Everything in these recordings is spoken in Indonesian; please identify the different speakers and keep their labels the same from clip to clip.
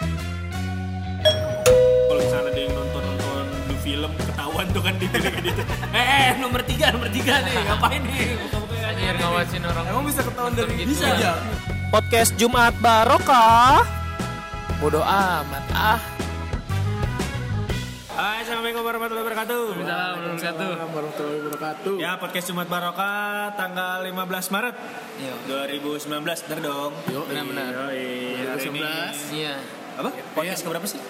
Speaker 1: kan
Speaker 2: bantungan di bilik itu. Eh, nomor tiga, nomor tiga nih. Ngapain nih? Buka-buka ya.
Speaker 1: Anjir ngawasin orang.
Speaker 3: Emang bisa ketahuan dari
Speaker 1: Gitu.
Speaker 3: bisa aja.
Speaker 4: Podcast Jumat Barokah. Bodoh amat ah.
Speaker 2: Hai, Assalamualaikum warahmatullahi wabarakatuh.
Speaker 1: Salam wabarakatuh.
Speaker 3: warahmatullahi wabarakatuh.
Speaker 2: Ya, podcast Jumat Barokah tanggal 15 Maret Iya. 2019. Bener dong.
Speaker 1: iya. Benar-benar.
Speaker 2: Yoi, hari ini.
Speaker 3: 2019.
Speaker 1: Iya.
Speaker 2: Apa? Podcast keberapa sih?
Speaker 1: ya.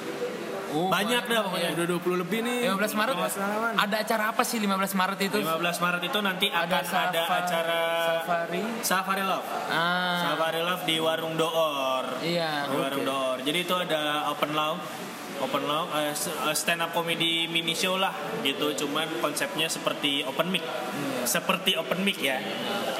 Speaker 1: Oh,
Speaker 2: Banyak Iya. dah pokoknya.
Speaker 3: Udah 20 lebih nih.
Speaker 1: 15 Maret.
Speaker 3: Kalau nggak salah, Wan.
Speaker 1: Ada acara apa sih 15 Maret itu?
Speaker 2: 15 Maret itu nanti akan ada,
Speaker 1: safa-
Speaker 2: acara
Speaker 1: safari.
Speaker 2: Safari Love.
Speaker 1: Ah.
Speaker 2: Safari Love di Warung Door.
Speaker 1: Iya.
Speaker 2: di warung Door. Jadi itu ada open law, open law, eh, s- eh, stand up comedy mini show lah gitu. Cuman konsepnya seperti open mic, seperti open mic ya.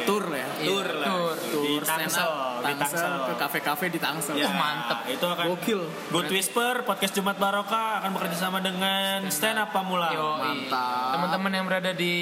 Speaker 3: Tour ya.
Speaker 1: Iya,
Speaker 2: Tour lah.
Speaker 1: tour.
Speaker 2: Di
Speaker 3: Tour stand
Speaker 2: Tangsel,
Speaker 3: up.
Speaker 2: Oh, di
Speaker 3: Tangsel
Speaker 2: Tangsel.
Speaker 3: ke kafe-kafe di Tangsel.
Speaker 2: Ya,
Speaker 1: Wah, mantep.
Speaker 2: Itu akan
Speaker 3: Gokil.
Speaker 2: Good Whisper, podcast Jumat Barokah akan bekerja sama dengan stand up pemula.
Speaker 1: Yoi.
Speaker 3: Mantap.
Speaker 1: iya. Teman-teman yang berada di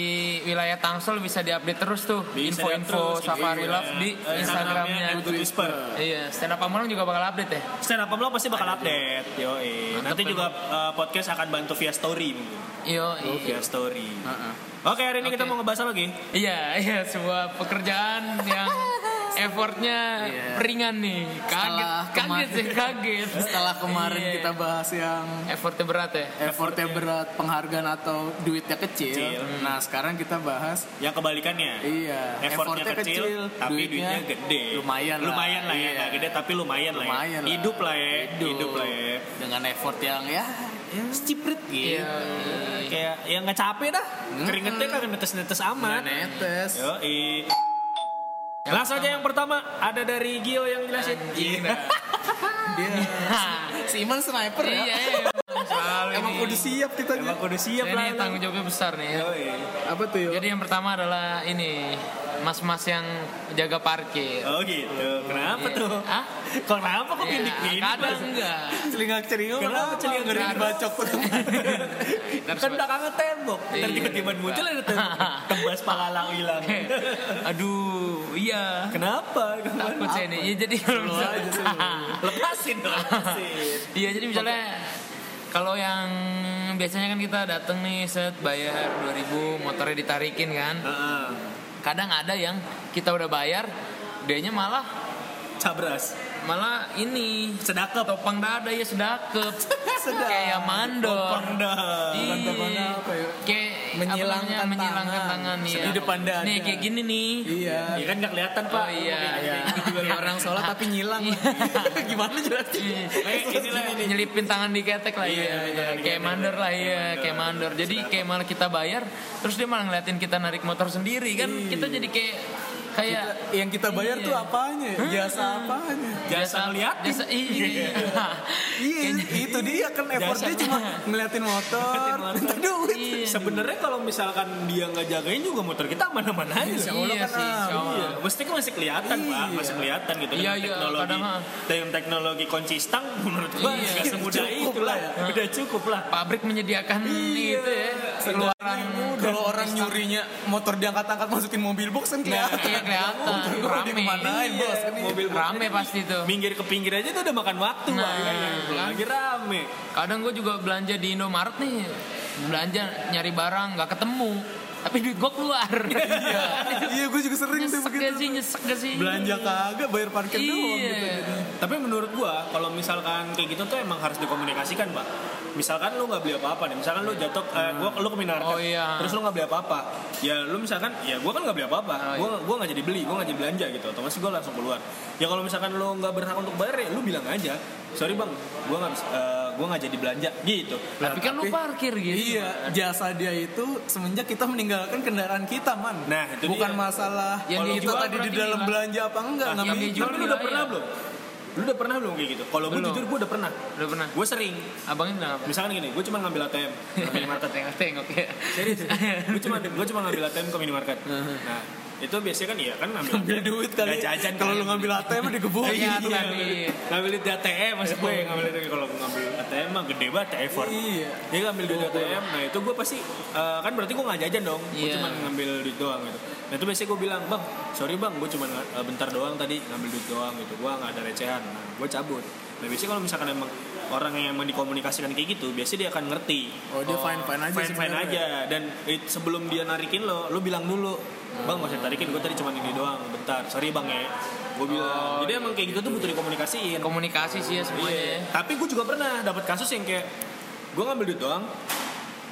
Speaker 1: wilayah Tangsel bisa diupdate terus tuh
Speaker 2: Bisa
Speaker 1: info-info
Speaker 3: gitu
Speaker 2: terus,
Speaker 1: Safari
Speaker 3: ya.
Speaker 2: iya.
Speaker 1: Love di
Speaker 2: Eh,
Speaker 1: Instagramnya.
Speaker 2: Good Whisper.
Speaker 1: Iya, stand up Pamulang juga bakal update ya.
Speaker 2: Stand up pemula pasti bakal update. Yoi.
Speaker 1: Mantep,
Speaker 2: Nanti juga eh, podcast akan bantu via story mungkin.
Speaker 1: Iya, iya.
Speaker 2: Via story.
Speaker 3: Heeh.
Speaker 2: Oke, hari ini kita
Speaker 1: Oke.
Speaker 2: mau ngebahas apa, Gi?
Speaker 1: Iya, iya sebuah pekerjaan yang effortnya
Speaker 3: Iya.
Speaker 1: ringan nih. Kaget,
Speaker 3: Setelah
Speaker 1: kaget
Speaker 3: kemarin-
Speaker 1: sih, kaget.
Speaker 3: Setelah kemarin
Speaker 1: Iya.
Speaker 3: kita bahas yang
Speaker 1: effortnya berat ya.
Speaker 3: effortnya berat, penghargaan atau duitnya kecil.
Speaker 2: Kecil. Hmm.
Speaker 3: Nah, sekarang kita bahas
Speaker 2: Yang kebalikannya.
Speaker 3: Iya,
Speaker 2: effortnya, kecil, tapi duitnya, gede.
Speaker 3: Lumayan lah.
Speaker 2: Lumayan lah ya,
Speaker 3: Iya.
Speaker 2: nggak gede tapi lumayan, lah ya.
Speaker 3: Lumayan lah. Iya.
Speaker 2: Hidup lah ya, hidup, lah ya.
Speaker 3: Dengan effort yang ya, ya
Speaker 2: Ciprit gitu.
Speaker 1: Iya.
Speaker 2: Kayak ya nggak capek dah. Keringetnya kagak netes-netes amat.
Speaker 3: netes.
Speaker 2: Yo, Langsung aja yang pertama ada dari Gio yang jelasin. Iya.
Speaker 1: Anjing, dah.
Speaker 3: Dia si Iman sniper
Speaker 1: Iya,
Speaker 3: ya.
Speaker 1: iya. emang Selalu
Speaker 3: Emang
Speaker 1: ini.
Speaker 3: udah siap kita
Speaker 2: Iya. Emang kudu siap
Speaker 1: Saya
Speaker 2: lah.
Speaker 1: ini tanggung jawabnya besar nih ya.
Speaker 2: Yoi.
Speaker 3: Apa tuh yuk?
Speaker 1: Jadi yang pertama adalah ini mas-mas yang jaga parkir.
Speaker 2: Oh gitu. Kenapa
Speaker 1: Iya.
Speaker 2: tuh?
Speaker 1: Hah?
Speaker 2: Kok kenapa kok
Speaker 1: Iya,
Speaker 2: pindik-pindik?
Speaker 1: kadang
Speaker 2: Bang?
Speaker 1: enggak.
Speaker 3: celingak celingak
Speaker 2: Kenapa celing
Speaker 3: nggak
Speaker 2: nggak
Speaker 3: ada dibacok
Speaker 2: Kan
Speaker 1: Ntar sebut-
Speaker 2: belakangnya tembok. Ntar
Speaker 1: Iya.
Speaker 2: tiba-tiba muncul ada tembok. Tebas pala lang hilang.
Speaker 1: Aduh, iya.
Speaker 2: Kenapa?
Speaker 1: Takut saya nih. Ya, jadi kalau misalnya,
Speaker 2: Lepasin dong. lepasin.
Speaker 1: iya jadi misalnya kalau yang biasanya kan kita datang nih set bayar 2000 motornya ditarikin kan.
Speaker 2: Heeh.
Speaker 1: Kadang ada yang kita udah bayar, dianya malah
Speaker 2: Cabras.
Speaker 1: malah ini
Speaker 2: Sedakep.
Speaker 1: topang dada ya sedakep.
Speaker 3: Sedap.
Speaker 1: Kayak mandor.
Speaker 2: Pangdang.
Speaker 1: Iya.
Speaker 3: topangnya apa ya?
Speaker 1: Kayak apa
Speaker 3: Menyilangkan
Speaker 1: namanya, menyilangkan
Speaker 3: tangan.
Speaker 1: tangan, iya.
Speaker 3: Di depan dada.
Speaker 1: Nih kayak gini nih.
Speaker 3: iya
Speaker 2: Ya kan nggak kelihatan pak.
Speaker 1: Oh, iya, iya.
Speaker 3: Kayak orang sholat tapi nyilang gimana jelasnya
Speaker 2: Eh, inilah ini.
Speaker 1: nyelipin tangan di ketek lah
Speaker 2: Iya,
Speaker 1: iya,
Speaker 2: iya, di
Speaker 1: kayak
Speaker 2: ketek.
Speaker 1: mandor lah iya kayak mandor jadi kayak malah kita bayar terus dia malah ngeliatin kita narik motor sendiri kan kita jadi kayak kayak
Speaker 3: yang kita bayar
Speaker 1: Iya.
Speaker 3: tuh apanya jasa apanya
Speaker 2: Jasa ngeliatin.
Speaker 1: jasa iya, iya.
Speaker 3: iya itu dia kan effortnya cuma ngeliatin motor minta duit
Speaker 1: Iya.
Speaker 2: Sebenarnya kalau misalkan dia nggak jagain juga motor kita mana-mana aja.
Speaker 1: Iya
Speaker 3: Allah kan,
Speaker 1: sih,
Speaker 3: ah,
Speaker 1: insya Allah.
Speaker 2: Iya, mesti kan masih kelihatan pak, masih kelihatan gitu.
Speaker 1: Iya,
Speaker 2: Dengan
Speaker 1: iya,
Speaker 2: teknologi,
Speaker 1: kadang, ah.
Speaker 2: dengan teknologi kunci stang menurut gua
Speaker 1: Iya.
Speaker 2: nggak semudah
Speaker 3: Cukup
Speaker 2: itu lah.
Speaker 3: lah
Speaker 2: Udah cukup lah.
Speaker 1: pabrik menyediakan itu ya keluaran
Speaker 3: kalau orang nyurinya motor diangkat-angkat masukin mobil box kan kelihatan
Speaker 1: iya kelihatan
Speaker 3: Rame.
Speaker 1: rame Iya,
Speaker 3: Dimanain bos Ini
Speaker 2: Mobil
Speaker 1: rame pasti tuh
Speaker 2: minggir ke pinggir aja tuh udah makan waktu
Speaker 1: Nah,
Speaker 2: Pak. Iya, iya. lagi rame.
Speaker 1: kadang gue juga belanja di Indomaret nih belanja nyari barang nggak ketemu tapi duit gue keluar iya
Speaker 3: Iya gue juga sering tuh
Speaker 1: nyesek gak
Speaker 3: begitu
Speaker 1: sih nyesek gak sih
Speaker 3: Belanja kagak bayar parkir doang gitu
Speaker 1: iya
Speaker 2: Tapi menurut gua kalau misalkan kayak gitu tuh emang harus dikomunikasikan, Pak. Misalkan lu nggak beli apa-apa nih, misalkan lu jatuh, eh, gua lu ke minimarket,
Speaker 1: Oh, iya.
Speaker 2: terus lu nggak beli apa-apa, ya lu misalkan, ya gua kan nggak beli apa-apa,
Speaker 1: Oh,
Speaker 2: gua gua nggak jadi beli, gua nggak jadi belanja gitu, otomatis gua langsung keluar. Ya kalau misalkan lu nggak berhak untuk bayar, ya lu bilang aja, sorry bang, gua nggak bisa- eh, gua nggak jadi belanja, gitu.
Speaker 1: tapi kan lu parkir gitu
Speaker 3: Iya, jasa dia itu semenjak kita meninggalkan kendaraan kita, man.
Speaker 2: Nah, itu
Speaker 3: bukan
Speaker 2: dia.
Speaker 3: masalah
Speaker 1: Yang
Speaker 3: kalau
Speaker 1: dia
Speaker 3: kita
Speaker 1: jual
Speaker 3: tadi di
Speaker 1: berarti
Speaker 3: dalam
Speaker 1: nilai.
Speaker 3: belanja apa enggak,
Speaker 2: Nah,
Speaker 3: enggak
Speaker 1: yang dia
Speaker 3: mikir.
Speaker 1: jual
Speaker 2: Tapi lu udah
Speaker 1: nilai,
Speaker 2: pernah
Speaker 1: ya?
Speaker 2: belum? Lu udah pernah belum kayak gitu? Kalau gua
Speaker 1: Belum.
Speaker 2: jujur gua udah pernah.
Speaker 1: udah pernah
Speaker 2: Gue sering,
Speaker 1: abangnya bilang apa
Speaker 2: misalkan gini, gue cuma ngambil ATM ke minimarket.
Speaker 1: tengok tengok ya
Speaker 2: Serius, gue cuma gue cuma ngambil ATM ke minimarket. Nah, itu biasanya kan iya kan ngambil,
Speaker 3: Uh-huh. Ngambil
Speaker 2: ATM.
Speaker 3: duit kali. ya.
Speaker 2: Nggak jajan
Speaker 3: kalau lu ngambil ATM digebukin.
Speaker 1: Iya,
Speaker 2: Iya,
Speaker 1: kan, iya.
Speaker 2: ngambil duit ATM maksud gue ngambil duit kalau gue ngambil ATM mah gede banget effort.
Speaker 3: Iya.
Speaker 2: Dia ngambil duit ATM, nah itu gue pasti eh, kan berarti gue nggak jajan dong, gue
Speaker 1: Iya.
Speaker 2: cuma ngambil duit doang gitu. Nah itu biasanya gue bilang bang, sorry bang, gue cuma eh, bentar doang tadi ngambil duit doang gitu, gue nggak ada recehan, nah, gue cabut. Nah biasanya kalau misalkan emang orang yang emang dikomunikasikan kayak gitu biasanya dia akan ngerti
Speaker 3: Oh dia fine fine aja
Speaker 2: fine fine
Speaker 3: sebenarnya.
Speaker 2: aja dan it- sebelum dia narikin lo lo bilang dulu bang gak usah tarikin gue tadi cuma ini doang bentar sorry bang ya gue bilang
Speaker 3: Oh,
Speaker 2: jadi emang kayak gitu tuh butuh dikomunikasiin Iya.
Speaker 1: komunikasi sih ya semuanya
Speaker 3: iya.
Speaker 1: ya.
Speaker 2: tapi gue juga pernah dapat kasus yang kayak gue ngambil duit doang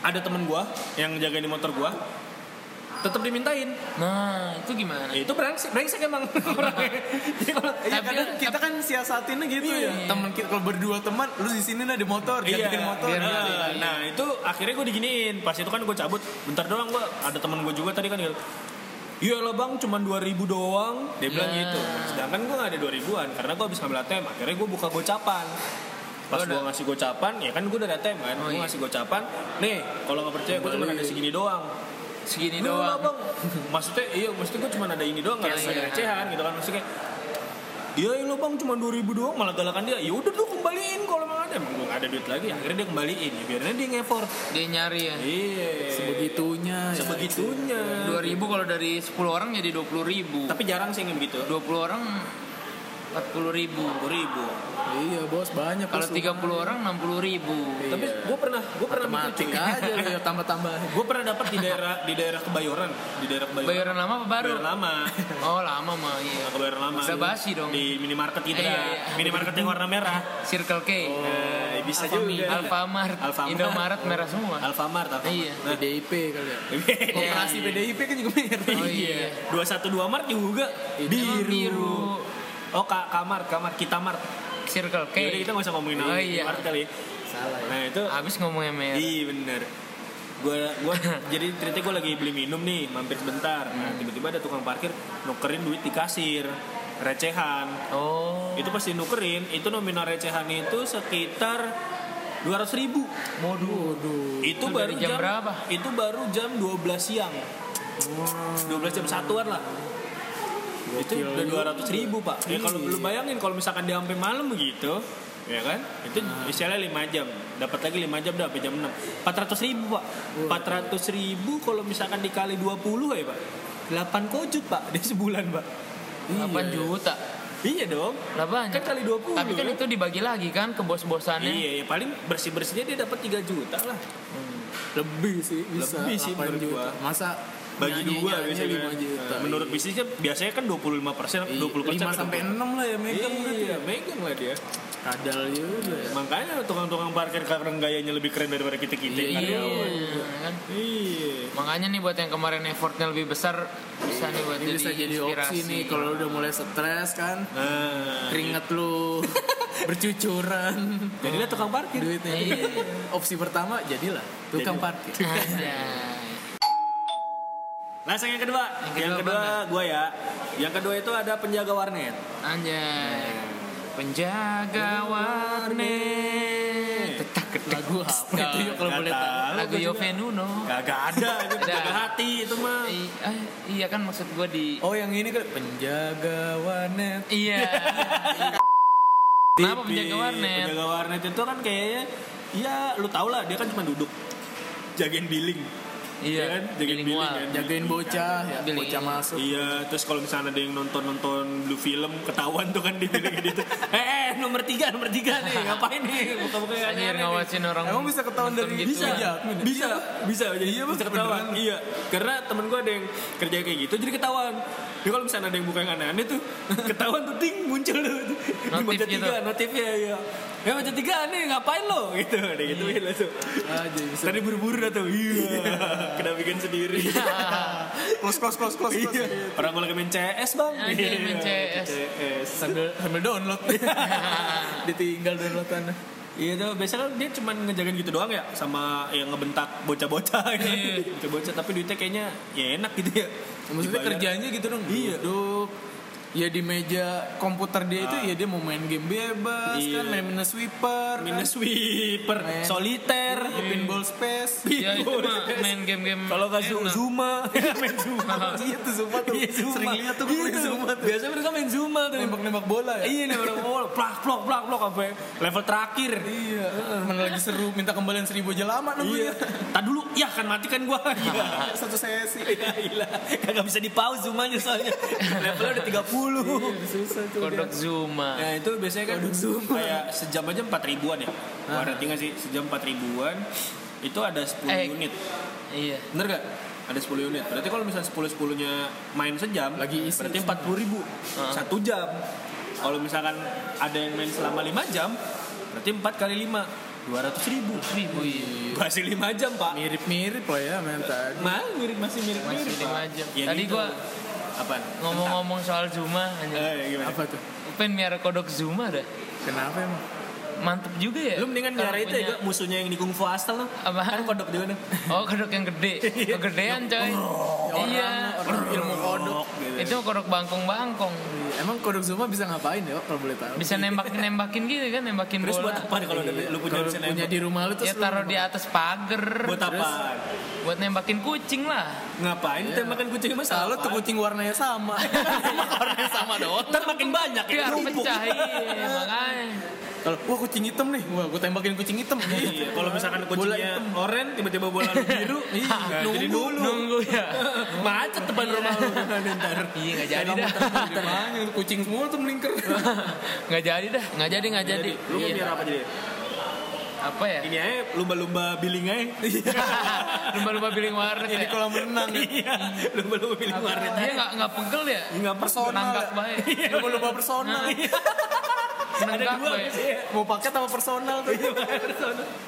Speaker 2: ada temen gue yang jagain di motor gue tetap dimintain
Speaker 1: nah itu gimana
Speaker 2: ya, itu brengsek brengsek emang orangnya. Jadi kalau-
Speaker 1: Tapi-
Speaker 3: Iya,
Speaker 1: Iya.
Speaker 3: kadang kita kan siasatinnya gitu ya. Temen kita kalau berdua teman, lu di sini lah di motor,
Speaker 2: Iya,
Speaker 3: gantiin motor.
Speaker 2: biar ngerti. nah itu akhirnya gue diginiin. Pas itu kan gue cabut, bentar doang gue. Ada teman gue juga tadi kan gitu. Iya lah bang, cuman 2000 doang. Dia bilang
Speaker 1: Nah.
Speaker 2: gitu. Sedangkan gue gak ada 2000-an karena gue habis ngambil ATM. Akhirnya gue buka gocapan. Pas gue
Speaker 1: Lo ada-
Speaker 2: ngasih gocapan, ya kan gue udah ada ATM kan.
Speaker 1: Oh,
Speaker 2: gue
Speaker 1: iya.
Speaker 2: ngasih gocapan. Nih, kalau gak percaya gue cuma ada segini doang.
Speaker 1: segini
Speaker 2: Lu lah,
Speaker 1: doang
Speaker 2: bang. Maksudnya iya, maksudnya gue cuma ada ini doang, gak ada
Speaker 1: Iya,
Speaker 2: sisa
Speaker 1: iya.
Speaker 2: recehan gitu kan. Maksudnya kayak, Iya iya, lo bang cuma 2000 doang malah galakan dia. Ya udah lu kembaliin kalau emang ada. Emang gue gak ada duit lagi. Akhirnya dia kembaliin. Ya, biarnya dia ngefort.
Speaker 1: dia nyari ya
Speaker 2: Iya.
Speaker 3: Sebegitunya. ya.
Speaker 2: Sebegitunya.
Speaker 1: 2000 kalau dari 10 orang jadi 20 ribu
Speaker 2: Tapi jarang sih yang gitu. begitu.
Speaker 1: 20 orang 40 ribu
Speaker 2: ribu.
Speaker 3: Iya bos banyak.
Speaker 1: kalau
Speaker 3: bos.
Speaker 1: 30 orang 60 ribu
Speaker 2: Tapi
Speaker 1: iya.
Speaker 2: gue pernah, gue pernah
Speaker 3: matematik aja lu ya tambah-tambah.
Speaker 2: Gue pernah dapat di daerah di daerah Kebayoran, di daerah Kebayoran.
Speaker 1: bayaran lama apa baru?
Speaker 2: Kebayoran lama. Nah,
Speaker 1: oh lama mah iya
Speaker 2: Kebayoran lama.
Speaker 1: Udah basi dong.
Speaker 2: Di minimarket gitu
Speaker 1: Iya,
Speaker 2: dah.
Speaker 1: iya.
Speaker 2: Minimarket yang warna merah.
Speaker 1: Circle K
Speaker 2: Eh, bisa
Speaker 1: Alfamart,
Speaker 2: juga.
Speaker 1: Alfamart,
Speaker 2: Alfamart.
Speaker 1: Indomaret merah semua
Speaker 2: Alfamart, Alfamart.
Speaker 1: Iya.
Speaker 2: Nah,
Speaker 3: PDIP kali ya.
Speaker 1: Koperasi
Speaker 2: Oh,
Speaker 3: Koperasi PDIP kan juga merah.
Speaker 1: Iya. Oh,
Speaker 2: iya.
Speaker 1: iya.
Speaker 2: 212 Mart juga biru.
Speaker 1: Emang biru
Speaker 2: Oh, Kak Kamar, Kamar kita Mart.
Speaker 1: Circle K
Speaker 2: Yaudah kita nggak usah ngomongin
Speaker 1: Oh,
Speaker 2: nama
Speaker 1: iya. Ah,
Speaker 2: Mart kali. ya.
Speaker 3: Salah ya.
Speaker 2: Nah, itu
Speaker 1: abis ngomongnya merah
Speaker 2: Iya bener gue gua jadi ceritanya gue lagi beli minum nih mampir sebentar nah
Speaker 1: Hmm.
Speaker 2: tiba-tiba ada tukang parkir nukerin duit di kasir recehan
Speaker 1: oh
Speaker 2: itu pasti nukerin itu nominal recehan itu sekitar 200.000 ribu
Speaker 3: Waduh, waduh.
Speaker 2: itu
Speaker 1: Itu
Speaker 2: baru
Speaker 1: dari jam berapa?
Speaker 2: itu baru jam 12 siang 12 jam satuan lah itu udah 200.000 ribu pak ya kalau lu bayangin kalau misalkan dia sampai malam gitu ya kan itu misalnya 5 jam dapat lagi 5 jam udah sampai jam 6 400 ribu pak 400 ribu kalau misalkan dikali 20 ya pak 8 kojut pak di sebulan pak
Speaker 1: 8 juta
Speaker 2: iya dong
Speaker 1: lah banyak
Speaker 2: kan kali 20
Speaker 1: tapi kan
Speaker 2: ya.
Speaker 1: itu dibagi lagi kan ke bos-bosannya
Speaker 2: Iya, ya paling bersih-bersihnya dia dapat 3 juta lah.
Speaker 3: Lebih sih, bisa.
Speaker 2: Lebih sih
Speaker 3: 8
Speaker 2: menurut
Speaker 3: juta.
Speaker 2: gua.
Speaker 3: Masa
Speaker 2: bagi
Speaker 3: nyanyi-
Speaker 2: dua
Speaker 3: nyanyi
Speaker 2: biasanya Iya.
Speaker 3: 5 juta.
Speaker 2: menurut bisnisnya biasanya kan 25 persen 20 persen gitu.
Speaker 3: 5 Iya, sampai 6 lah ya megang gitu
Speaker 2: iya
Speaker 3: ya.
Speaker 2: megang lah dia
Speaker 3: Kadal juga ya.
Speaker 2: makanya tukang-tukang parkir karena gayanya lebih keren daripada kita kita
Speaker 3: Iya,
Speaker 1: Iya, kan
Speaker 2: iya
Speaker 1: makanya nih buat yang kemarin effortnya lebih besar bisa nih buat
Speaker 3: Ini
Speaker 1: jadi,
Speaker 3: bisa jadi
Speaker 1: inspirasi gitu.
Speaker 3: opsi nih kalau udah mulai stres kan,
Speaker 2: nah
Speaker 3: keringet lu bercucuran.
Speaker 2: jadilah tukang parkir
Speaker 3: duitnya.
Speaker 1: Iya.
Speaker 3: Opsi pertama jadilah tukang
Speaker 2: Jadi.
Speaker 3: parkir.
Speaker 1: Ada.
Speaker 2: langsung Nah, yang kedua
Speaker 1: Yang kedua
Speaker 2: yang kedua gua ya yang kedua itu ada penjaga warnet
Speaker 1: Anjay. Penjaga warnet. Tetak ketek.
Speaker 3: Lagu apa itu yuk kalau
Speaker 2: Nggak
Speaker 3: boleh tahu?
Speaker 2: tahu gua
Speaker 1: Lagu
Speaker 2: juga.
Speaker 1: Yovie Nuno.
Speaker 2: kagak ada itu
Speaker 1: Ada.
Speaker 2: penjaga hati itu mah
Speaker 1: I- ah, Iya kan maksud gue di.
Speaker 3: Oh yang ini kan penjaga warnet.
Speaker 1: Iya. Kenapa penjaga
Speaker 2: Tapi
Speaker 1: warnet?
Speaker 2: penjaga warnet itu kan kayaknya ya lu tau lah dia kan cuma duduk jagain billing
Speaker 1: Iya.
Speaker 2: kan? Jagain
Speaker 1: Bilingual.
Speaker 2: billing kan?
Speaker 3: Jagain bocah ya,
Speaker 1: Beli.
Speaker 3: bocah masuk.
Speaker 2: Iya, terus kalau misalnya ada yang nonton-nonton blue film ketahuan tuh kan di bilang gitu. Eh, eh, nomor tiga, nomor tiga nih, ngapain nih? Buka-buka yang
Speaker 1: Anjir
Speaker 2: aneh-aneh nih.
Speaker 1: ngawasin orang.
Speaker 3: Emang bisa ketahuan
Speaker 1: nonton
Speaker 3: dari
Speaker 1: gitu.
Speaker 3: bisa.
Speaker 2: Bisa, bisa, jadi
Speaker 3: Iya,
Speaker 2: bisa
Speaker 3: Bang,
Speaker 2: ketahuan.
Speaker 3: beneran.
Speaker 2: Iya, karena temen gue ada yang kerja kayak gitu, jadi ketahuan. Jadi kalau misalnya ada yang buka yang aneh-aneh tuh, ketahuan tuh ting muncul tuh. Di
Speaker 1: Notif
Speaker 2: meja
Speaker 1: gitu.
Speaker 2: tiga, notifnya ya. Ya meja tiga aneh, ngapain lo? Gitu, ada gitu langsung.
Speaker 3: Ah, jadi bisa.
Speaker 2: Tadi buru-buru datang, iya, kena bikin sendiri.
Speaker 3: Close close close close.
Speaker 2: Iya.
Speaker 3: close.
Speaker 2: Orang gue lagi main CS bang.
Speaker 1: Anjir, main
Speaker 2: Iya,
Speaker 1: CS.
Speaker 2: CS.
Speaker 3: Sambil sambil download. Ditinggal downloadannya.
Speaker 2: Iya tuh, biasanya kan dia cuma ngejagain gitu doang ya sama yang ngebentak bocah-bocah gitu.
Speaker 1: Iya.
Speaker 2: Bocah-bocah tapi duitnya kayaknya ya enak gitu ya.
Speaker 3: Maksudnya
Speaker 2: Dibayar.
Speaker 3: kerjanya gitu dong.
Speaker 2: Iya.
Speaker 3: Duduk. Ya di meja komputer dia itu ya dia mau main game bebas
Speaker 2: Iya.
Speaker 3: kan main minus sweeper. kan.
Speaker 2: minus sweeper,
Speaker 3: Main.
Speaker 2: soliter,
Speaker 3: Ya, pinball space.
Speaker 1: Ya itu
Speaker 2: pinball.
Speaker 1: mah main
Speaker 2: Iya,
Speaker 1: game-game.
Speaker 2: Kalau nggak Zu-
Speaker 1: enak.
Speaker 2: Zuma, main Zuma.
Speaker 3: Iya tuh Zuma tuh.
Speaker 2: Iya, Zuma.
Speaker 3: Sering lihat tuh
Speaker 2: Iya,
Speaker 3: gitu.
Speaker 2: tuh.
Speaker 3: Zuma tuh.
Speaker 2: Biasanya mereka main Zuma tuh.
Speaker 3: Nembak-nembak bola ya.
Speaker 2: Iya, nih orang bola, plak plak plak plak sampai level terakhir.
Speaker 3: Iya. Mana lagi seru minta kembalian seribu aja lama
Speaker 2: Iya.
Speaker 3: nunggunya.
Speaker 2: Tadi dulu, ya kan mati kan gua. Iya.
Speaker 3: Satu sesi.
Speaker 2: Eh, Gila, gila. Kagak bisa di pause zoomanya soalnya. Levelnya udah 30
Speaker 3: puluh.
Speaker 1: Susah Kodok Zuma.
Speaker 2: Nah itu biasanya kan kayak sejam aja empat ribuan ya. Wah nanti nggak sih sejam empat ribuan itu ada 10
Speaker 1: Eh.
Speaker 2: unit.
Speaker 1: Iya.
Speaker 2: Bener gak? Ada 10 unit. Berarti kalau misalnya 10 10 nya main sejam,
Speaker 1: Lagi isi
Speaker 2: berarti 40 ribu satu jam. Kalau misalkan ada yang main selama 5 jam, berarti 4 kali 5 200 ribu.
Speaker 1: Ribu iya.
Speaker 2: Masih 5 jam pak.
Speaker 3: Mirip-mirip lah ya main tadi.
Speaker 2: Mah mirip masih mirip mirip.
Speaker 1: Masih lima jam. Tadi
Speaker 2: gitu.
Speaker 1: gua
Speaker 2: apa?
Speaker 1: ngomong-ngomong soal Zuma, anjing.
Speaker 2: Eh, gimana?
Speaker 3: Apa tuh?
Speaker 1: Pengen miara kodok Zuma dah.
Speaker 3: Kenapa emang?
Speaker 1: Mantep juga ya.
Speaker 2: Lu mendingan
Speaker 1: Kalau
Speaker 2: nyari itu ya,
Speaker 1: punya-
Speaker 2: Gak? musuhnya yang di Kung Fu Hostel lo. Kan
Speaker 1: Apaan?
Speaker 2: kodok di mana?
Speaker 1: Oh, kodok yang gede. Kegedean, coy. Iya.
Speaker 3: Ilmu kodok.
Speaker 1: Itu kodok bangkong-bangkong.
Speaker 3: Emang kodok Zuma bisa ngapain ya kalau boleh tahu?
Speaker 1: Bisa nembakin-nembakin gitu kan, nembakin
Speaker 2: Terus buat
Speaker 1: bola.
Speaker 2: apa nih Iya. kalau udah lu punya
Speaker 3: Kalau
Speaker 2: bisa
Speaker 3: punya
Speaker 2: nembak?
Speaker 3: di rumah lu terus
Speaker 1: Ya taruh
Speaker 3: lu-
Speaker 1: di atas pagar.
Speaker 2: Buat apa?
Speaker 1: Buat nembakin kucing lah.
Speaker 2: Ngapain tembakan kucing mas?
Speaker 3: Salah Nah, tuh kucing warnanya sama.
Speaker 1: Orang sama doang.
Speaker 2: Ntar makin banyak ya.
Speaker 1: Biar
Speaker 2: numpuk.
Speaker 1: pecah, iya, makanya.
Speaker 3: Kalau wah kucing hitam nih, wah gue tembakin kucing hitam. Gitu.
Speaker 2: Iya, kalau misalkan kucingnya
Speaker 3: hitam.
Speaker 2: oren, tiba-tiba bola lu biru, iya, nah, jadi
Speaker 3: nunggu
Speaker 2: dulu.
Speaker 1: Nunggu ya.
Speaker 2: Macet depan rumah lu ntar.
Speaker 1: Iya, nggak jadi dah.
Speaker 3: Makanya kucing semua tuh melingkar.
Speaker 1: Nggak jadi dah. Nggak jadi, nggak jadi.
Speaker 2: Lu mau
Speaker 1: Iya.
Speaker 2: biar apa jadi?
Speaker 1: Apa ya?
Speaker 2: Ini aja lumba-lumba billing aja.
Speaker 1: Lumba-lumba biling warnet
Speaker 3: Jadi
Speaker 1: ya.
Speaker 3: kolam renang.
Speaker 2: Iya, lumba-lumba billing warnet.
Speaker 1: Dia nggak nggak pegel ya?
Speaker 2: Enggak
Speaker 3: Personal.
Speaker 1: Nanggap baik.
Speaker 2: Iya,
Speaker 3: Lu lupa personal.
Speaker 1: Nenggak baik.
Speaker 2: gitu.
Speaker 3: Mau paket sama personal tuh.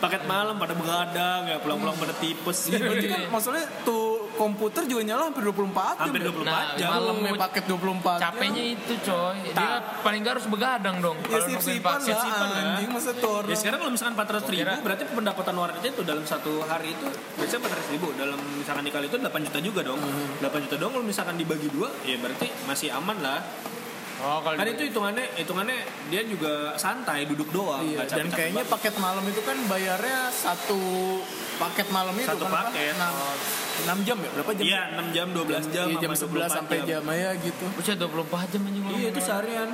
Speaker 2: Paket malam pada begadang ya, pulang-pulang pada tipes.
Speaker 3: Berarti kan maksudnya tuh komputer juga nyala hampir 24 jam. ya?
Speaker 2: Hampir 24
Speaker 1: Nah,
Speaker 2: jam.
Speaker 1: malam
Speaker 3: Malam paket 24 jam.
Speaker 1: Capeknya itu coy. Dia paling nggak harus begadang dong.
Speaker 3: Ya
Speaker 1: Kalau nungguin
Speaker 3: sip-sipan
Speaker 1: vaksin.
Speaker 3: lah
Speaker 2: sip-sipan lah.
Speaker 3: anjing masa tuh orang.
Speaker 2: Ya sekarang kalau misalkan 400 ribu,
Speaker 1: Kira-
Speaker 2: berarti pendapatan warnet itu dalam satu hari itu biasanya 400 ribu. Dalam misalkan dikali itu 8 juta juga dong.
Speaker 3: Hmm.
Speaker 2: 8 juta dong kalau misalkan dibagi dua, ya berarti masih aman lah.
Speaker 1: Oh, kalau
Speaker 2: Kan itu hitungannya, hitungannya dia juga santai, duduk doang. nggak
Speaker 3: Iya, dan
Speaker 2: capek-capek
Speaker 3: kayaknya
Speaker 2: banget.
Speaker 3: paket malam itu kan bayarnya satu paket malam itu
Speaker 2: Satu
Speaker 3: kan apa?
Speaker 2: paket.
Speaker 3: Enam, enam jam ya berapa jam?
Speaker 2: Iya, 6 jam, 12 jam,
Speaker 3: Iya, jam
Speaker 2: sama
Speaker 3: 11
Speaker 2: 24
Speaker 3: sampai jam ya gitu.
Speaker 1: Usia 24 jam aja gua
Speaker 2: Iya, itu seharian.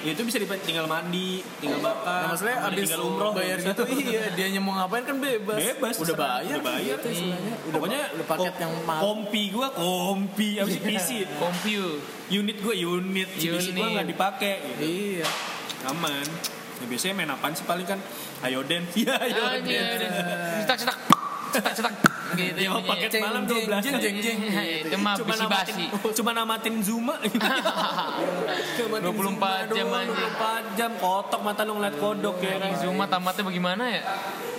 Speaker 2: Ya, itu bisa dipa- tinggal mandi, tinggal bakar.
Speaker 3: Iya. Nah, maksudnya
Speaker 2: tinggal
Speaker 3: abis
Speaker 2: tinggal umroh
Speaker 3: bayar
Speaker 2: bisa.
Speaker 3: gitu, iya dia mau ngapain kan bebas.
Speaker 2: Bebas,
Speaker 3: udah
Speaker 2: terserah.
Speaker 3: bayar.
Speaker 2: Udah bayar.
Speaker 3: gitu istilahnya. Udah,
Speaker 2: Pokoknya
Speaker 3: udah paket
Speaker 2: ko-
Speaker 3: yang mahal. Iya.
Speaker 2: Kompi gua, kompi abis itu PC.
Speaker 1: Kompiu.
Speaker 2: Unit gua unit, PC gua
Speaker 1: Unit.
Speaker 2: nggak dipakai gitu.
Speaker 3: Iya.
Speaker 2: Aman. Ya, biasanya main apaan sih paling kan ayo den iya ayo
Speaker 1: Ah, iya,
Speaker 2: den
Speaker 1: iya. Cetak-cetak. Cetak-cetak. Gitu.
Speaker 2: Ya,
Speaker 1: bunyinya.
Speaker 2: paket malam 12
Speaker 3: jeng, jeng, jeng,
Speaker 1: Iya, Itu
Speaker 3: gitu.
Speaker 1: mah
Speaker 2: Cuma
Speaker 1: basi-basi.
Speaker 2: namatin, cuma namatin Zuma gitu. Cuma namatin
Speaker 1: 24
Speaker 2: Zuma
Speaker 1: jam
Speaker 2: doang,
Speaker 1: aja.
Speaker 2: 24 jam kotok mata lu ngeliat kodok ya kan.
Speaker 1: Ini Zuma tamatnya bagaimana ya?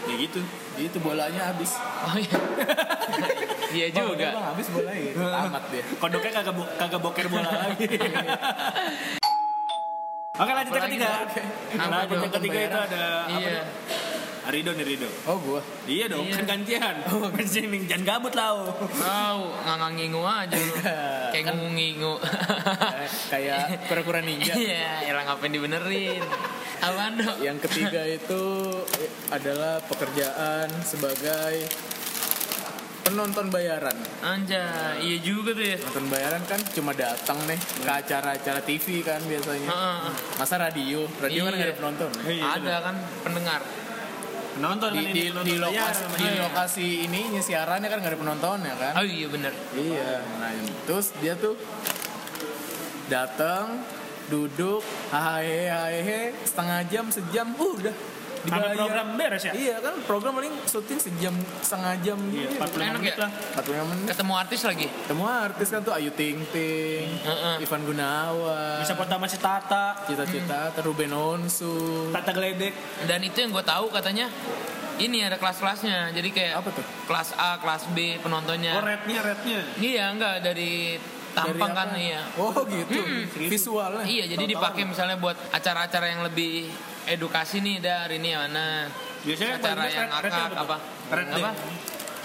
Speaker 2: Ya gitu.
Speaker 3: Itu bolanya habis.
Speaker 1: Oh iya. Iya
Speaker 3: Bang, udah,
Speaker 1: juga.
Speaker 3: Bang, habis bolanya. gitu. Amat dia.
Speaker 2: Kodoknya kagak bo- kagak boker bola lagi. Oke lanjut yang
Speaker 1: Apalagi
Speaker 2: ketiga. Nah,
Speaker 1: Apa
Speaker 2: Lanjut yang
Speaker 1: dong?
Speaker 2: ketiga itu ada apa?
Speaker 1: Iya.
Speaker 2: Ridho nih Ridho.
Speaker 3: Oh gua.
Speaker 2: Iya dong,
Speaker 1: Iya.
Speaker 2: kan gantian. Bensin nih, jangan gabut lah. oh.
Speaker 1: Tahu, ngangang ngingu aja lu. Kayak ngungu-ngingu.
Speaker 3: Eh, Kayak Kan. Ya, kura-kura ninja.
Speaker 1: Iya, elah ngapain dibenerin. Apaan dong?
Speaker 3: Yang ketiga itu adalah pekerjaan sebagai penonton bayaran.
Speaker 1: Anjay, iya juga tuh ya.
Speaker 3: Penonton bayaran kan cuma datang nih ke acara-acara TV kan biasanya.
Speaker 1: Heeh.
Speaker 3: Masa radio? Radio kan
Speaker 1: Iya.
Speaker 3: nggak ada penonton.
Speaker 1: Ada kan pendengar.
Speaker 2: Nonton
Speaker 3: Di,
Speaker 2: kan
Speaker 3: di,
Speaker 2: ini
Speaker 3: di
Speaker 2: nonton
Speaker 3: lokasi,
Speaker 2: layar.
Speaker 3: di lokasi ininya siarannya kan nggak ada penonton ya kan?
Speaker 1: Oh iya bener.
Speaker 3: Iya. Nah, terus dia tuh datang, duduk, hahe hahe setengah jam, sejam, uh, udah
Speaker 2: Sampai
Speaker 3: dibayar.
Speaker 2: program beres ya.
Speaker 3: Iya kan program paling syuting sejam setengah jam
Speaker 2: Iya, 45
Speaker 3: gitu.
Speaker 1: Enak
Speaker 2: menit
Speaker 1: ya?
Speaker 2: lah.
Speaker 3: 45 menit.
Speaker 1: Ketemu artis lagi.
Speaker 3: Ketemu artis kan tuh Ayu Ting Ting,
Speaker 1: Heeh.
Speaker 3: Ivan Gunawan,
Speaker 2: Bisa foto sama si Tata,
Speaker 3: Cita-Cita, hmm. Ruben Onsu.
Speaker 2: Tata Geledek.
Speaker 1: Dan itu yang gue tahu katanya ini ada kelas-kelasnya. Jadi kayak
Speaker 3: Apa tuh?
Speaker 1: kelas A, kelas B
Speaker 2: Oh,
Speaker 1: penontonnya.
Speaker 2: rednya, rednya.
Speaker 1: Iya enggak dari
Speaker 3: Dari
Speaker 1: tampang kan
Speaker 3: apa?
Speaker 1: iya.
Speaker 3: Oh gitu. Visualnya.
Speaker 1: Iya, jadi dipakai misalnya buat acara-acara yang lebih edukasi nih dari ini ya, mana.
Speaker 2: Biasanya yang
Speaker 1: acara
Speaker 2: paling
Speaker 1: yang
Speaker 2: best red-
Speaker 1: ngakak
Speaker 2: red apa
Speaker 1: apa?
Speaker 2: tuh? Red D.
Speaker 1: apa?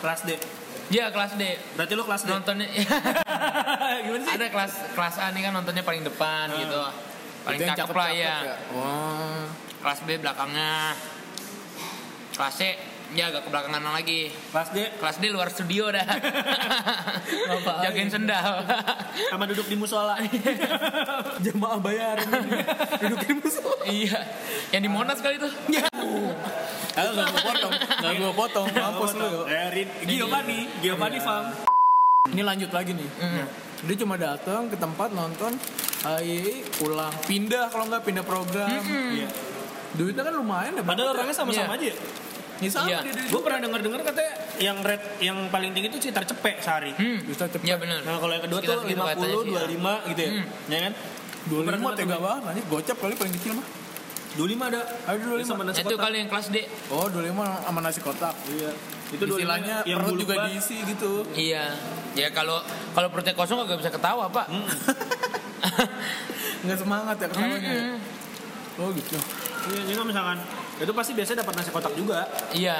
Speaker 2: Kelas D.
Speaker 1: Ya kelas D.
Speaker 2: Berarti lu kelas D.
Speaker 1: Nontonnya
Speaker 2: Gimana sih?
Speaker 1: ada kelas kelas A nih kan nontonnya paling depan gitu. Paling
Speaker 3: Ah. Itu yang
Speaker 1: cakep lah ya.
Speaker 3: ya. Wah.
Speaker 1: Kelas B belakangnya. Kelas C ya agak kebelakangan lagi.
Speaker 2: Kelas D
Speaker 1: Kelas D luar studio dah.
Speaker 3: Ngapain?
Speaker 1: Jagain sendal.
Speaker 2: sama duduk di musola. Ya,
Speaker 3: Jemaah bayaran. Dudukin musuh.
Speaker 1: iya. Yang di Monas kali itu.
Speaker 3: Ah, gak gue potong, gak gue potong, mampus lu.
Speaker 2: Eh, Rid-
Speaker 1: Iya.
Speaker 2: Giovanni, Giovanni Fam.
Speaker 1: Hmm.
Speaker 3: Iya. Ini lanjut lagi nih. Dia cuma datang ke tempat nonton Ayo pulang pindah kalau nggak pindah program.
Speaker 1: Hmm,
Speaker 2: Iya.
Speaker 3: Duitnya kan lumayan ya.
Speaker 2: Padahal orangnya sama-sama aja.
Speaker 3: Ya sama
Speaker 1: Iya.
Speaker 3: dia dari
Speaker 2: Gue pernah dengar-dengar katanya yang red yang paling tinggi itu sekitar cepek sehari.
Speaker 1: Hmm.
Speaker 3: Bisa cepet.
Speaker 1: Ya benar.
Speaker 2: Nah, kalau yang kedua
Speaker 1: Sekitar
Speaker 2: tuh
Speaker 1: segitu
Speaker 2: 50,
Speaker 1: katanya sih, ya.
Speaker 2: 25 gitu ya. Ya kan?
Speaker 3: dua
Speaker 2: Pernah
Speaker 3: lima
Speaker 2: dengar
Speaker 3: tega
Speaker 2: tuh,
Speaker 3: banget aja gocap kali paling kecil mah.
Speaker 2: 25 ada.
Speaker 3: Ada 25.
Speaker 2: Sama nasi
Speaker 1: Itu
Speaker 2: kotak.
Speaker 1: kali yang kelas D.
Speaker 3: Oh dua lima sama nasi kotak.
Speaker 2: Iya. Itu
Speaker 3: Itu
Speaker 2: 25
Speaker 3: istilahnya
Speaker 2: yang
Speaker 3: perut
Speaker 2: bulu
Speaker 3: juga
Speaker 2: ban.
Speaker 3: diisi gitu.
Speaker 1: Iya. Ya kalau kalau perutnya kosong agak bisa ketawa, Pak.
Speaker 3: Nggak semangat ya
Speaker 1: Hmm,
Speaker 3: ketawanya. ya.
Speaker 1: Mm-mm.
Speaker 3: Oh gitu.
Speaker 2: Iya, jadi kan misalkan itu pasti biasanya dapat nasi kotak juga.
Speaker 1: Iya.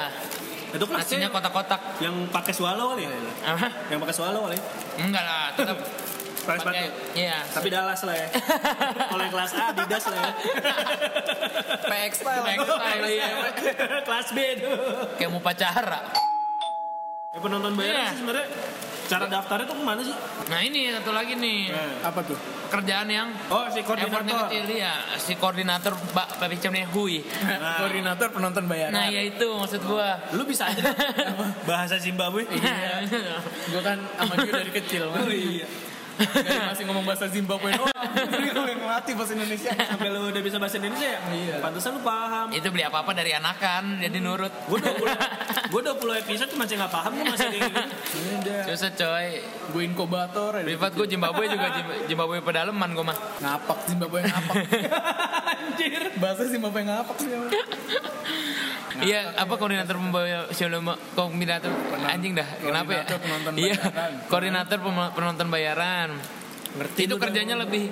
Speaker 2: Itu kan
Speaker 1: Nasinya kotak-kotak.
Speaker 2: yang pakai swallow kali ya.
Speaker 1: Apa?
Speaker 2: Yang pakai swallow kali.
Speaker 1: Enggak lah, tetap
Speaker 2: Pakai
Speaker 1: pakai.
Speaker 2: sepatu.
Speaker 1: Iya.
Speaker 2: Tapi Dallas lah ya. Kalau yang kelas A Adidas lah ya.
Speaker 1: PX style. PX style iya.
Speaker 2: kelas B itu.
Speaker 1: Kayak mau pacara.
Speaker 2: Ya, penonton bayaran
Speaker 1: Iya.
Speaker 2: sih sebenarnya cara daftarnya tuh kemana sih?
Speaker 1: Nah ini satu lagi nih
Speaker 2: Eh.
Speaker 3: Apa tuh?
Speaker 1: kerjaan yang
Speaker 2: Oh si
Speaker 1: effortnya
Speaker 2: Nah. koordinator.
Speaker 1: kecil ya si koordinator Mbak Pepicemnya Hui.
Speaker 2: Nah. Oh,
Speaker 3: Koordinator penonton bayaran.
Speaker 1: Nah ya itu maksud gua.
Speaker 2: Lu bisa aja bahasa Zimbabwe.
Speaker 1: Iya.
Speaker 3: Gue kan sama dia dari kecil.
Speaker 2: Oh,
Speaker 3: Mas.
Speaker 2: iya.
Speaker 3: Dari masih ngomong bahasa Zimbabwe doang. Jadi gue yang ngelatih bahasa Indonesia.
Speaker 2: Sampai lu udah bisa bahasa Indonesia ya?
Speaker 3: Iya.
Speaker 2: Pantesan lu paham.
Speaker 1: itu beli apa apa dari anakan jadi nurut.
Speaker 2: Gue 20, gue 20 episode masih gak paham gue masih kayak gini.
Speaker 3: Ini dia.
Speaker 1: Susah coy.
Speaker 3: Gue inkubator. ya.
Speaker 1: Privat gua Zimbabwe juga Zim- Zimbabwe pedalaman gua mah.
Speaker 3: Ngapak Zimbabwe ngapak.
Speaker 2: Anjir.
Speaker 3: bahasa Zimbabwe ngapak sih. emang.
Speaker 1: Iya, apa koordinator pembawa sebelum- koordinator anjing dah. Kenapa ya?
Speaker 3: koordinator penonton
Speaker 1: Iya,
Speaker 3: bayaran.
Speaker 1: koordinator pem- penonton bayaran.
Speaker 3: Ngerti
Speaker 1: Itu
Speaker 3: lu dah.
Speaker 1: kerjanya lebih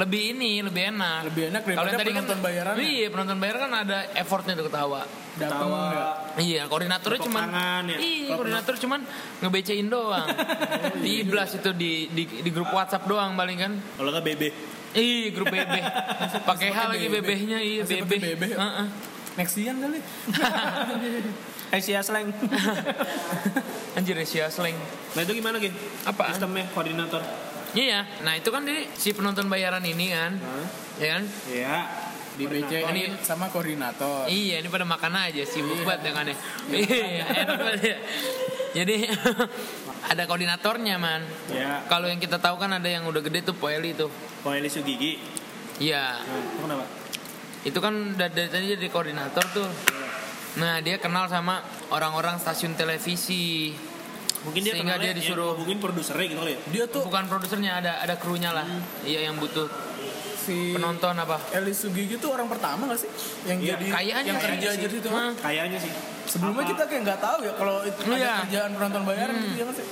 Speaker 1: lebih ini, lebih enak.
Speaker 3: Lebih enak daripada
Speaker 1: yang kan
Speaker 3: penonton bayaran ya?
Speaker 1: Iya, penonton bayaran kan ada effortnya tuh ketawa.
Speaker 3: Datang
Speaker 2: Ketawa.
Speaker 3: nggak?
Speaker 1: Iya, koordinatornya
Speaker 2: Tepuk
Speaker 1: cuman
Speaker 2: tangan ya.
Speaker 1: Iya, koordinator cuman ngebecein doang.
Speaker 3: Oh, iya.
Speaker 1: Diblas itu di, di di grup WhatsApp doang paling kan.
Speaker 2: Kalau gak BB.
Speaker 1: Ih, grup BB. Pakai hal lagi
Speaker 3: BB.
Speaker 1: BB-nya, iya
Speaker 3: Masih
Speaker 1: BB.
Speaker 3: pakai BB.
Speaker 1: Heeh.
Speaker 3: Nexian kali.
Speaker 2: Asia slang.
Speaker 1: Anjir, ya, Asia slang.
Speaker 2: nah itu gimana Gin?
Speaker 1: Apaan?
Speaker 2: Sistemnya koordinator.
Speaker 1: Iya, nah itu kan jadi si penonton bayaran ini kan, ya kan?
Speaker 2: Iya.
Speaker 3: Di BC ini
Speaker 1: Koordinator.
Speaker 3: sama koordinator.
Speaker 1: Iya, ini pada makan aja sibuk banget ya kan ya. Iya, enak banget ya. Jadi ada koordinatornya man.
Speaker 2: Iya.
Speaker 1: Kalau yang kita tahu kan ada yang udah gede tuh Poeli tuh.
Speaker 2: Koeli Sugigi.
Speaker 1: Iya,
Speaker 2: Nah, itu kenapa?
Speaker 1: itu kan dari, dari tadi jadi koordinator tuh. Nah dia kenal sama orang-orang stasiun televisi.
Speaker 2: Mungkin dia
Speaker 1: Sehingga
Speaker 2: kenalnya
Speaker 1: dia disuruh-
Speaker 2: yang Hubungin produsernya gitu kali ya.
Speaker 3: Dia tuh Hmm.
Speaker 1: Bukan produsernya ada ada krunya lah. Iya yang butuh
Speaker 3: si
Speaker 1: penonton apa?
Speaker 3: Eli Sugigi tuh orang pertama gak sih yang
Speaker 2: Iya.
Speaker 3: jadi
Speaker 1: Kayaknya
Speaker 3: yang kerja gitu
Speaker 1: sih.
Speaker 3: jadi itu.
Speaker 1: Hah?
Speaker 2: Kayaknya sih.
Speaker 3: Sebelumnya
Speaker 2: Apa-
Speaker 3: kita kayak nggak tahu ya kalau itu ada
Speaker 1: Iya.
Speaker 3: kerjaan penonton bayaran gitu ya nggak sih.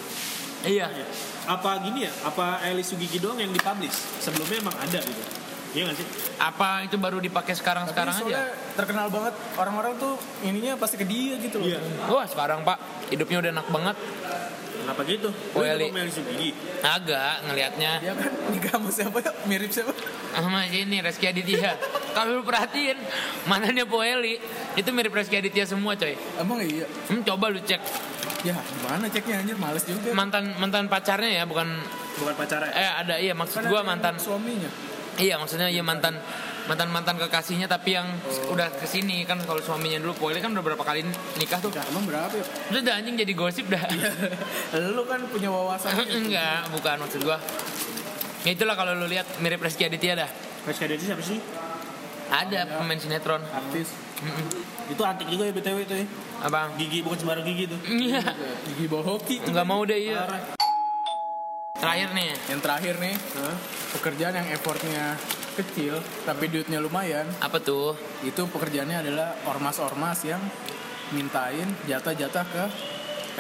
Speaker 1: Iya.
Speaker 2: ya. apa gini ya? Apa Eli Sugigi doang yang dipublish? Sebelumnya emang ada gitu. Iya gak sih?
Speaker 1: Apa itu baru dipakai sekarang
Speaker 3: Tapi
Speaker 1: sekarang aja?
Speaker 3: soalnya terkenal banget orang-orang tuh ininya pasti ke dia gitu loh.
Speaker 2: Iya.
Speaker 1: Wah sekarang pak hidupnya udah enak banget
Speaker 2: Kenapa gitu?
Speaker 1: Oh,
Speaker 2: Lu
Speaker 1: Eli.
Speaker 2: sama Eli Sugigi.
Speaker 1: Agak ngelihatnya
Speaker 3: Dia kan nikah sama siapa ya? Mirip siapa?
Speaker 1: sama ini Reski Aditya Kalau lu perhatiin mantannya Poeli Itu mirip Reski Aditya semua coy
Speaker 3: Emang iya.
Speaker 1: hmm, Coba lu cek
Speaker 3: Ya gimana ceknya anjir males juga.
Speaker 1: mantan mantan pacarnya ya bukan
Speaker 2: Bukan ya? pacarnya.
Speaker 1: Eh ada iya maksud
Speaker 3: Kan
Speaker 1: gua
Speaker 3: ada yang
Speaker 1: mantan
Speaker 3: suaminya.
Speaker 1: Iya maksudnya iya mantan mantan mantan kekasihnya tapi yang udah kesini kan kalau suaminya dulu Poeli kan udah berapa kali nikah tuh
Speaker 3: Nah, emang berapa ya?
Speaker 1: Udah dah, anjing jadi gosip dah
Speaker 3: Iya. Lu kan punya wawasan
Speaker 1: Enggak bukan maksud gua Ya itulah kalau lu lihat mirip Reski Aditya dah
Speaker 2: Reska Deddy siapa sih?
Speaker 1: Ada pemain sinetron
Speaker 3: artis
Speaker 1: Mm-mm.
Speaker 2: Itu antik juga ya BTW itu ya.
Speaker 1: Abang
Speaker 2: Gigi bukan sembarang gigi tuh.
Speaker 1: Iya.
Speaker 3: Gigi Bohoki.
Speaker 1: Enggak mau deh iya.
Speaker 2: Parah.
Speaker 1: Terakhir nih.
Speaker 3: Yang terakhir nih, pekerjaan yang effortnya kecil tapi duitnya lumayan,
Speaker 1: Apa tuh?
Speaker 3: itu pekerjaannya adalah ormas-ormas yang mintain jatah-jatah ke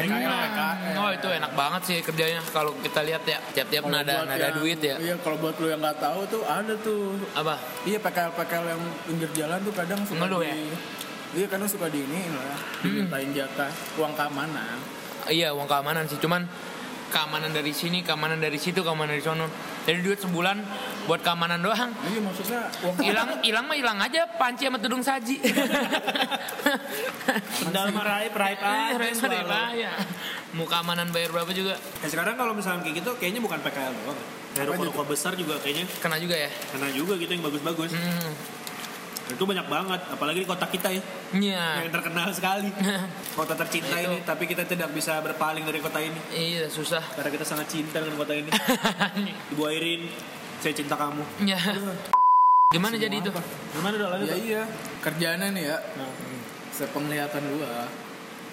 Speaker 3: PKL, PKL.
Speaker 1: Oh itu enak banget sih kerjanya kalau kita lihat ya tiap-tiap
Speaker 3: Kalau
Speaker 1: nada
Speaker 3: buat
Speaker 1: nada
Speaker 3: yang-
Speaker 1: duit ya.
Speaker 3: Iya, kalau buat lu yang nggak tahu tuh ada tuh.
Speaker 1: Apa?
Speaker 3: Iya, PKL-PKL yang pinggir jalan tuh kadang suka
Speaker 1: Ngeluh
Speaker 3: di
Speaker 1: ya? Hmm.
Speaker 3: Iya, kadang suka di ini lah, dimintain jatah uang keamanan.
Speaker 1: Iya uang keamanan sih cuman keamanan dari sini, keamanan dari situ, keamanan dari sono. Jadi duit sebulan buat keamanan doang.
Speaker 3: Iya, maksudnya uang
Speaker 1: Hilang hilang mah hilang aja panci sama tudung saji.
Speaker 2: Sendal mah raib, raib
Speaker 1: Ah,
Speaker 2: aja. swallow.
Speaker 1: ya. Mau keamanan bayar berapa juga?
Speaker 2: Ya sekarang kalau misalnya kayak gitu kayaknya bukan PKL doang. Ya, ruko-ruko besar juga kayaknya
Speaker 1: Kena juga ya.
Speaker 2: karena juga gitu yang bagus-bagus.
Speaker 1: Hmm.
Speaker 2: Itu banyak banget, apalagi di kota kita ya
Speaker 1: Iya.
Speaker 3: Ah.
Speaker 2: yang terkenal sekali. Kota tercinta
Speaker 1: Itu.
Speaker 2: ini, tapi kita tidak bisa berpaling dari kota ini
Speaker 1: Iya susah.
Speaker 2: karena kita sangat cinta dengan kota ini. Ibu Airin, saya cinta kamu
Speaker 1: Ya. Gimana jadi itu?
Speaker 2: gimana dalamnya
Speaker 3: Ya
Speaker 2: tuh?
Speaker 3: iya, kerjaannya nih ya,
Speaker 2: Nah,
Speaker 3: sepenglihatan gua,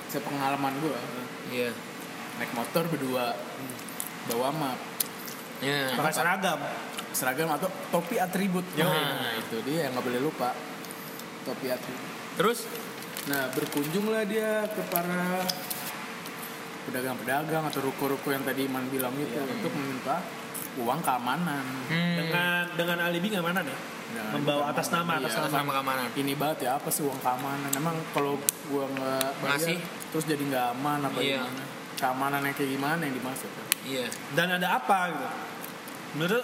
Speaker 3: sepengalaman gua,
Speaker 1: Iya.
Speaker 3: naik motor berdua, bawa map,
Speaker 1: Iya.
Speaker 2: pakai seragam
Speaker 3: Hmm. seragam atau topi atribut.
Speaker 1: Yo.
Speaker 3: Nah, itu dia yang nggak boleh lupa, topi atribut.
Speaker 1: Terus
Speaker 3: Nah, berkunjunglah dia ke para pedagang-pedagang atau ruko-ruko yang tadi Iman bilang itu untuk meminta uang keamanan.
Speaker 1: hmm,
Speaker 2: dengan dengan alibi nggak mana nih
Speaker 3: Nah,
Speaker 2: membawa atas nama atas
Speaker 3: Iya.
Speaker 2: nama
Speaker 1: atas nama Hmm. keamanan.
Speaker 3: ini banget ya apa sih uang keamanan emang kalau gua nggak bayar
Speaker 1: Ngasih?
Speaker 3: terus jadi nggak aman apa
Speaker 1: Iya.
Speaker 3: gimana keamanan yang kayak gimana yang dimaksud
Speaker 1: Iya.
Speaker 2: dan ada apa gitu menurut lu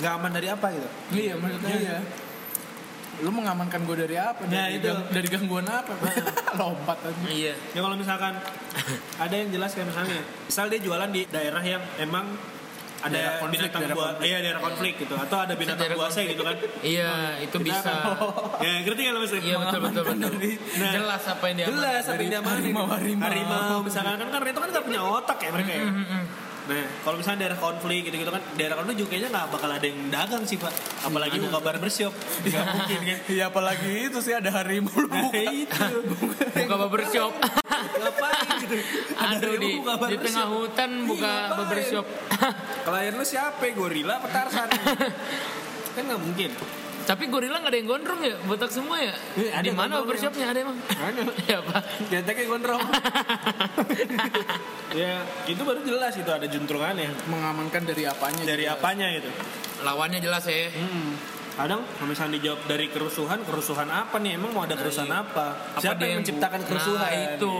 Speaker 2: nggak aman dari apa gitu
Speaker 3: iya maksudnya iya lu mengamankan gue dari apa
Speaker 2: Nah,
Speaker 3: dari,
Speaker 2: itu.
Speaker 3: gang- dari gangguan apa lompat aja
Speaker 1: Iya.
Speaker 2: ya kalau misalkan ada yang jelas kayak misalnya misal dia jualan di daerah yang emang ada
Speaker 3: Daerah konflik,
Speaker 2: binatang
Speaker 3: daerah
Speaker 2: buas
Speaker 3: konflik.
Speaker 2: iya daerah konflik gitu atau ada binatang
Speaker 1: Daerah
Speaker 2: buasnya gitu kan
Speaker 1: Iya, itu bisa.
Speaker 2: ya ngerti nggak lo maksudnya
Speaker 1: Iya betul betul betul.
Speaker 2: Nah,
Speaker 1: Jelas apa yang dia
Speaker 2: jelas apa yang dia mainin.
Speaker 3: harimau- harimau.
Speaker 2: harimau misalkan kan karena itu kan nggak punya otak ya mereka ya
Speaker 1: Hmm, hmm.
Speaker 2: nah kalau misalnya daerah konflik gitu gitu kan daerah konflik juga kayaknya nggak bakal ada yang dagang sih pak apalagi buka barbershop nggak mungkin kan
Speaker 3: Iya apalagi itu sih ada harimau lu
Speaker 2: Nah,
Speaker 3: buka.
Speaker 2: itu
Speaker 1: Buka barbershop.
Speaker 2: ngapain gitu Ada
Speaker 1: Aduh
Speaker 2: harimau
Speaker 1: di,
Speaker 2: buka
Speaker 1: di
Speaker 2: barbershop.
Speaker 1: tengah hutan buka
Speaker 2: ngapain?
Speaker 1: barbershop.
Speaker 2: Klien lu siapa? Gorila apa Tarzan? kan nggak mungkin.
Speaker 1: Tapi gorila nggak ada yang gondrong ya, botak semua ya.
Speaker 2: Eh, ada
Speaker 1: Di
Speaker 2: gondrongnya.
Speaker 1: mana barbershopnya ada emang? Iya pak.
Speaker 2: Jantaknya gondrong. ya, itu baru jelas itu ada juntrungannya.
Speaker 3: mengamankan dari apanya
Speaker 2: Dari
Speaker 1: ya?
Speaker 3: juga.
Speaker 2: apanya gitu.
Speaker 1: Lawannya jelas ya.
Speaker 2: Hmm. Kadang kalau misalnya dijawab dari kerusuhan, kerusuhan apa nih? Emang mau ada kerusuhan apa?
Speaker 1: Nah, iya. Apa
Speaker 2: Siapa
Speaker 1: dia yang
Speaker 2: yang menciptakan
Speaker 1: bu-
Speaker 2: kerusuhan? Iya,
Speaker 1: Nah, itu.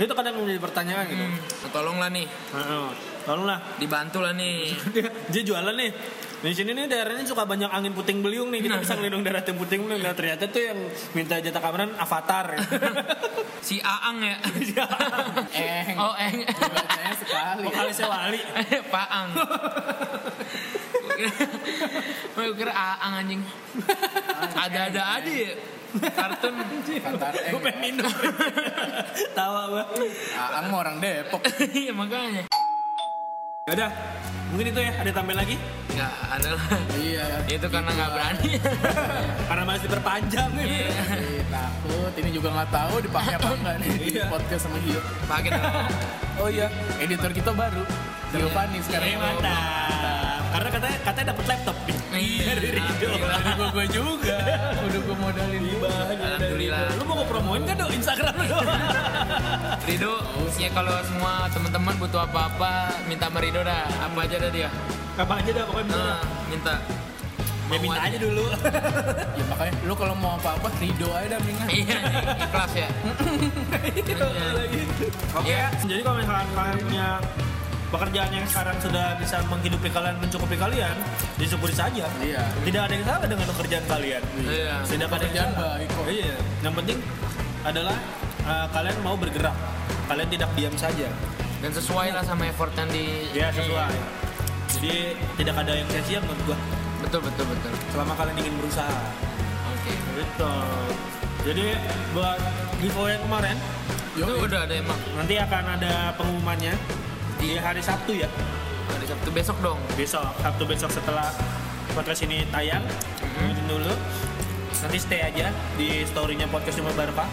Speaker 2: Gitu. Itu kadang menjadi pertanyaan gitu.
Speaker 1: Hmm, tolonglah nih,
Speaker 2: Heeh. Tolonglah.
Speaker 1: dibantulah nih.
Speaker 2: Dia, dia jualan nih. Di sini nih daerahnya suka banyak angin puting beliung nih.
Speaker 1: Nah.
Speaker 2: Kita bisa ngelindung daerah tim puting beliung. Nah, ternyata tuh yang minta jatah kameran avatar. ya.
Speaker 1: Si Aang ya.
Speaker 3: Eng.
Speaker 1: Oh Eng.
Speaker 3: Bacanya sekali.
Speaker 2: Vokalisnya Wali.
Speaker 1: Iya. Pak Ang. Gue kira Aang anjing. Ada-ada aja ya. Kartun.
Speaker 3: Kantar Eng.
Speaker 2: Gue pengen minum. Tawa gua.
Speaker 3: Aang mau orang Depok.
Speaker 1: Iya makanya.
Speaker 2: Yaudah, Ya mungkin itu ya. Ada tambahan lagi?
Speaker 1: Nggak Ya, ada lah.
Speaker 3: Iya.
Speaker 1: Itu karena nggak berani.
Speaker 2: Karena masih diperpanjang nih.
Speaker 1: Iya.
Speaker 3: Eh, takut ini juga nggak tahu dipakai apa enggak nih di
Speaker 2: Iya.
Speaker 3: podcast sama Gio.
Speaker 1: Pakai dah.
Speaker 3: Oh iya, editor kita baru. Giovanni sekarang.
Speaker 2: Eh, mantap. Karena katanya katanya dapat laptop nih.
Speaker 1: Iya.
Speaker 2: Dari Rido.
Speaker 1: Alhamdulillah.
Speaker 3: Gue gue juga. Udah gue modalin.
Speaker 1: Alhamdulillah.
Speaker 2: Eh, Lu mau ngepromoin kan dong Instagram lu?
Speaker 1: Rido, ya kalau semua teman-teman butuh apa-apa, minta sama Rido dah. Apa aja dah dia.
Speaker 2: Apa aja dah pokoknya bisa.
Speaker 1: Nah, minta.
Speaker 2: Ya Iya. minta aja dulu.
Speaker 3: Ya makanya lu kalau mau apa-apa Rido aja dah mendingan.
Speaker 1: Iya, ikhlas ya.
Speaker 2: Iya, gitu. Oke.
Speaker 1: Iya.
Speaker 2: Jadi kalau misalkan kalian punya pekerjaan yang sekarang sudah bisa menghidupi kalian, mencukupi kalian, disyukuri saja.
Speaker 3: Iya.
Speaker 2: Tidak ada yang salah dengan pekerjaan kalian.
Speaker 1: Iya.
Speaker 2: Tidak ada yang
Speaker 3: Kerjaan
Speaker 2: salah.
Speaker 3: baik kok.
Speaker 2: Iya. Yang penting adalah eh, kalian mau bergerak. Kalian tidak diam saja.
Speaker 1: Dan sesuai lah sama effort yang di.
Speaker 2: Ya
Speaker 1: Iya.
Speaker 2: sesuai. Jadi tidak ada yang sia-sia menurut gua.
Speaker 1: Betul betul betul.
Speaker 2: Selama kalian ingin berusaha.
Speaker 1: Oke.
Speaker 2: Gitu. Jadi buat giveaway yang kemarin
Speaker 1: Itu udah ada emang
Speaker 2: nanti akan ada pengumumannya di hari Sabtu ya.
Speaker 1: hari Sabtu besok dong.
Speaker 2: besok Sabtu besok setelah podcast ini tayang ikutin dulu nanti stay aja di storynya podcast Jumlah Barca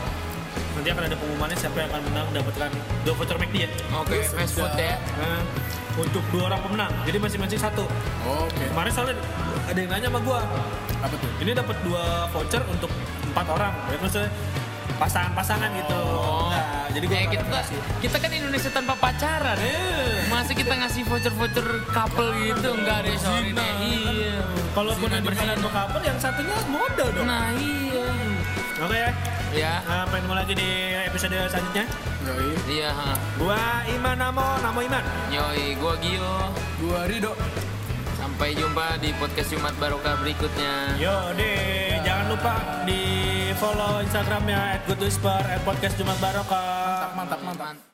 Speaker 2: nanti akan ada pengumumannya siapa yang akan menang dapatkan dua voucher McD ya
Speaker 1: Oke, fast food ya. deh.
Speaker 2: Nah, untuk dua orang pemenang jadi masing-masing satu
Speaker 3: Oke.
Speaker 2: kemarin soalnya ada yang nanya sama gua
Speaker 3: Apa tuh?
Speaker 2: ini dapat dua voucher untuk empat orang ya maksudnya pasangan-pasangan gitu nah, jadi gua
Speaker 1: Eh, kita
Speaker 2: klarifikasi.
Speaker 1: kita kan Indonesia tanpa pacaran.
Speaker 2: Eh,
Speaker 1: Masa kita ngasih voucher-voucher couple gitu enggak deh sorry deh. Iya.
Speaker 2: kalaupun
Speaker 1: Zina
Speaker 2: ada
Speaker 1: berzina.
Speaker 2: untuk couple yang satunya modal dong
Speaker 1: Nah, iya.
Speaker 2: oke ya
Speaker 1: Ya.
Speaker 2: Nah, pengen ketemu lagi di episode selanjutnya.
Speaker 3: Yoi.
Speaker 1: Iya, ha.
Speaker 2: Gua Iman Namo, Namo Iman.
Speaker 1: Yoi, gua Gio.
Speaker 3: Gua Rido.
Speaker 1: Sampai jumpa di podcast Jumat Barokah berikutnya.
Speaker 2: Yo, deh, jangan lupa di follow Instagramnya @goodwhisper, @podcast Jumat Barokah.
Speaker 3: Mantap mantap mantap.